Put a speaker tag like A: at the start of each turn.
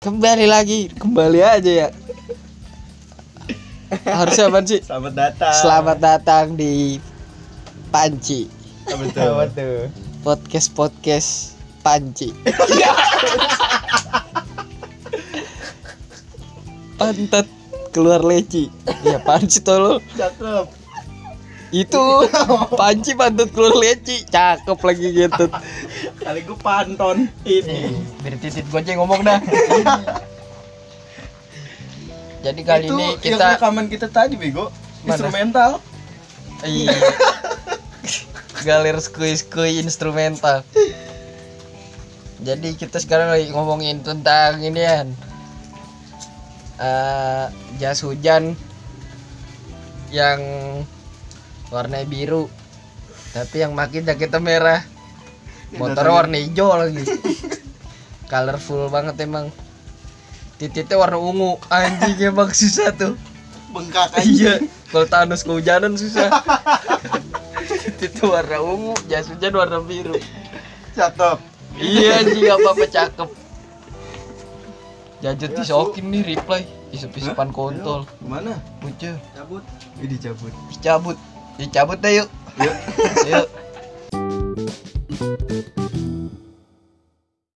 A: Kembali lagi, kembali aja ya. Harusnya apaan sih?
B: Selamat datang.
A: Selamat datang di Panci
B: Ah, Betul.
C: Apa tuh?
A: Podcast Podcast Panci. Pantat keluar leci. Ya panci tolol.
B: Cakep.
A: Itu panci pantat keluar leci. Cakep lagi gitu.
B: Kali gue panton ini.
A: Biar titit goceng ngomong dah. Jadi kali
B: Itu
A: ini
B: yang
A: kita
B: rekaman kita tadi bego.
A: Mana?
B: Instrumental.
A: Iya. Galer skui-skui instrumental. Jadi kita sekarang lagi ngomongin tentang ini kan. Eh, jas hujan yang warna biru tapi yang makin jaketnya merah motor warna hijau lagi colorful banget emang titiknya warna ungu anjing emang susah tuh
B: Bengkak
A: iya kalau Thanos kehujanan susah itu warna ungu jas hujan warna biru
B: Cakep.
A: iya anjing apa apa cakep jajat disokin nih reply isep-isepan kontol
B: Mana?
A: Ucah,
B: Cabut. Ini dicabut.
A: dicabut dicabut deh yuk yuk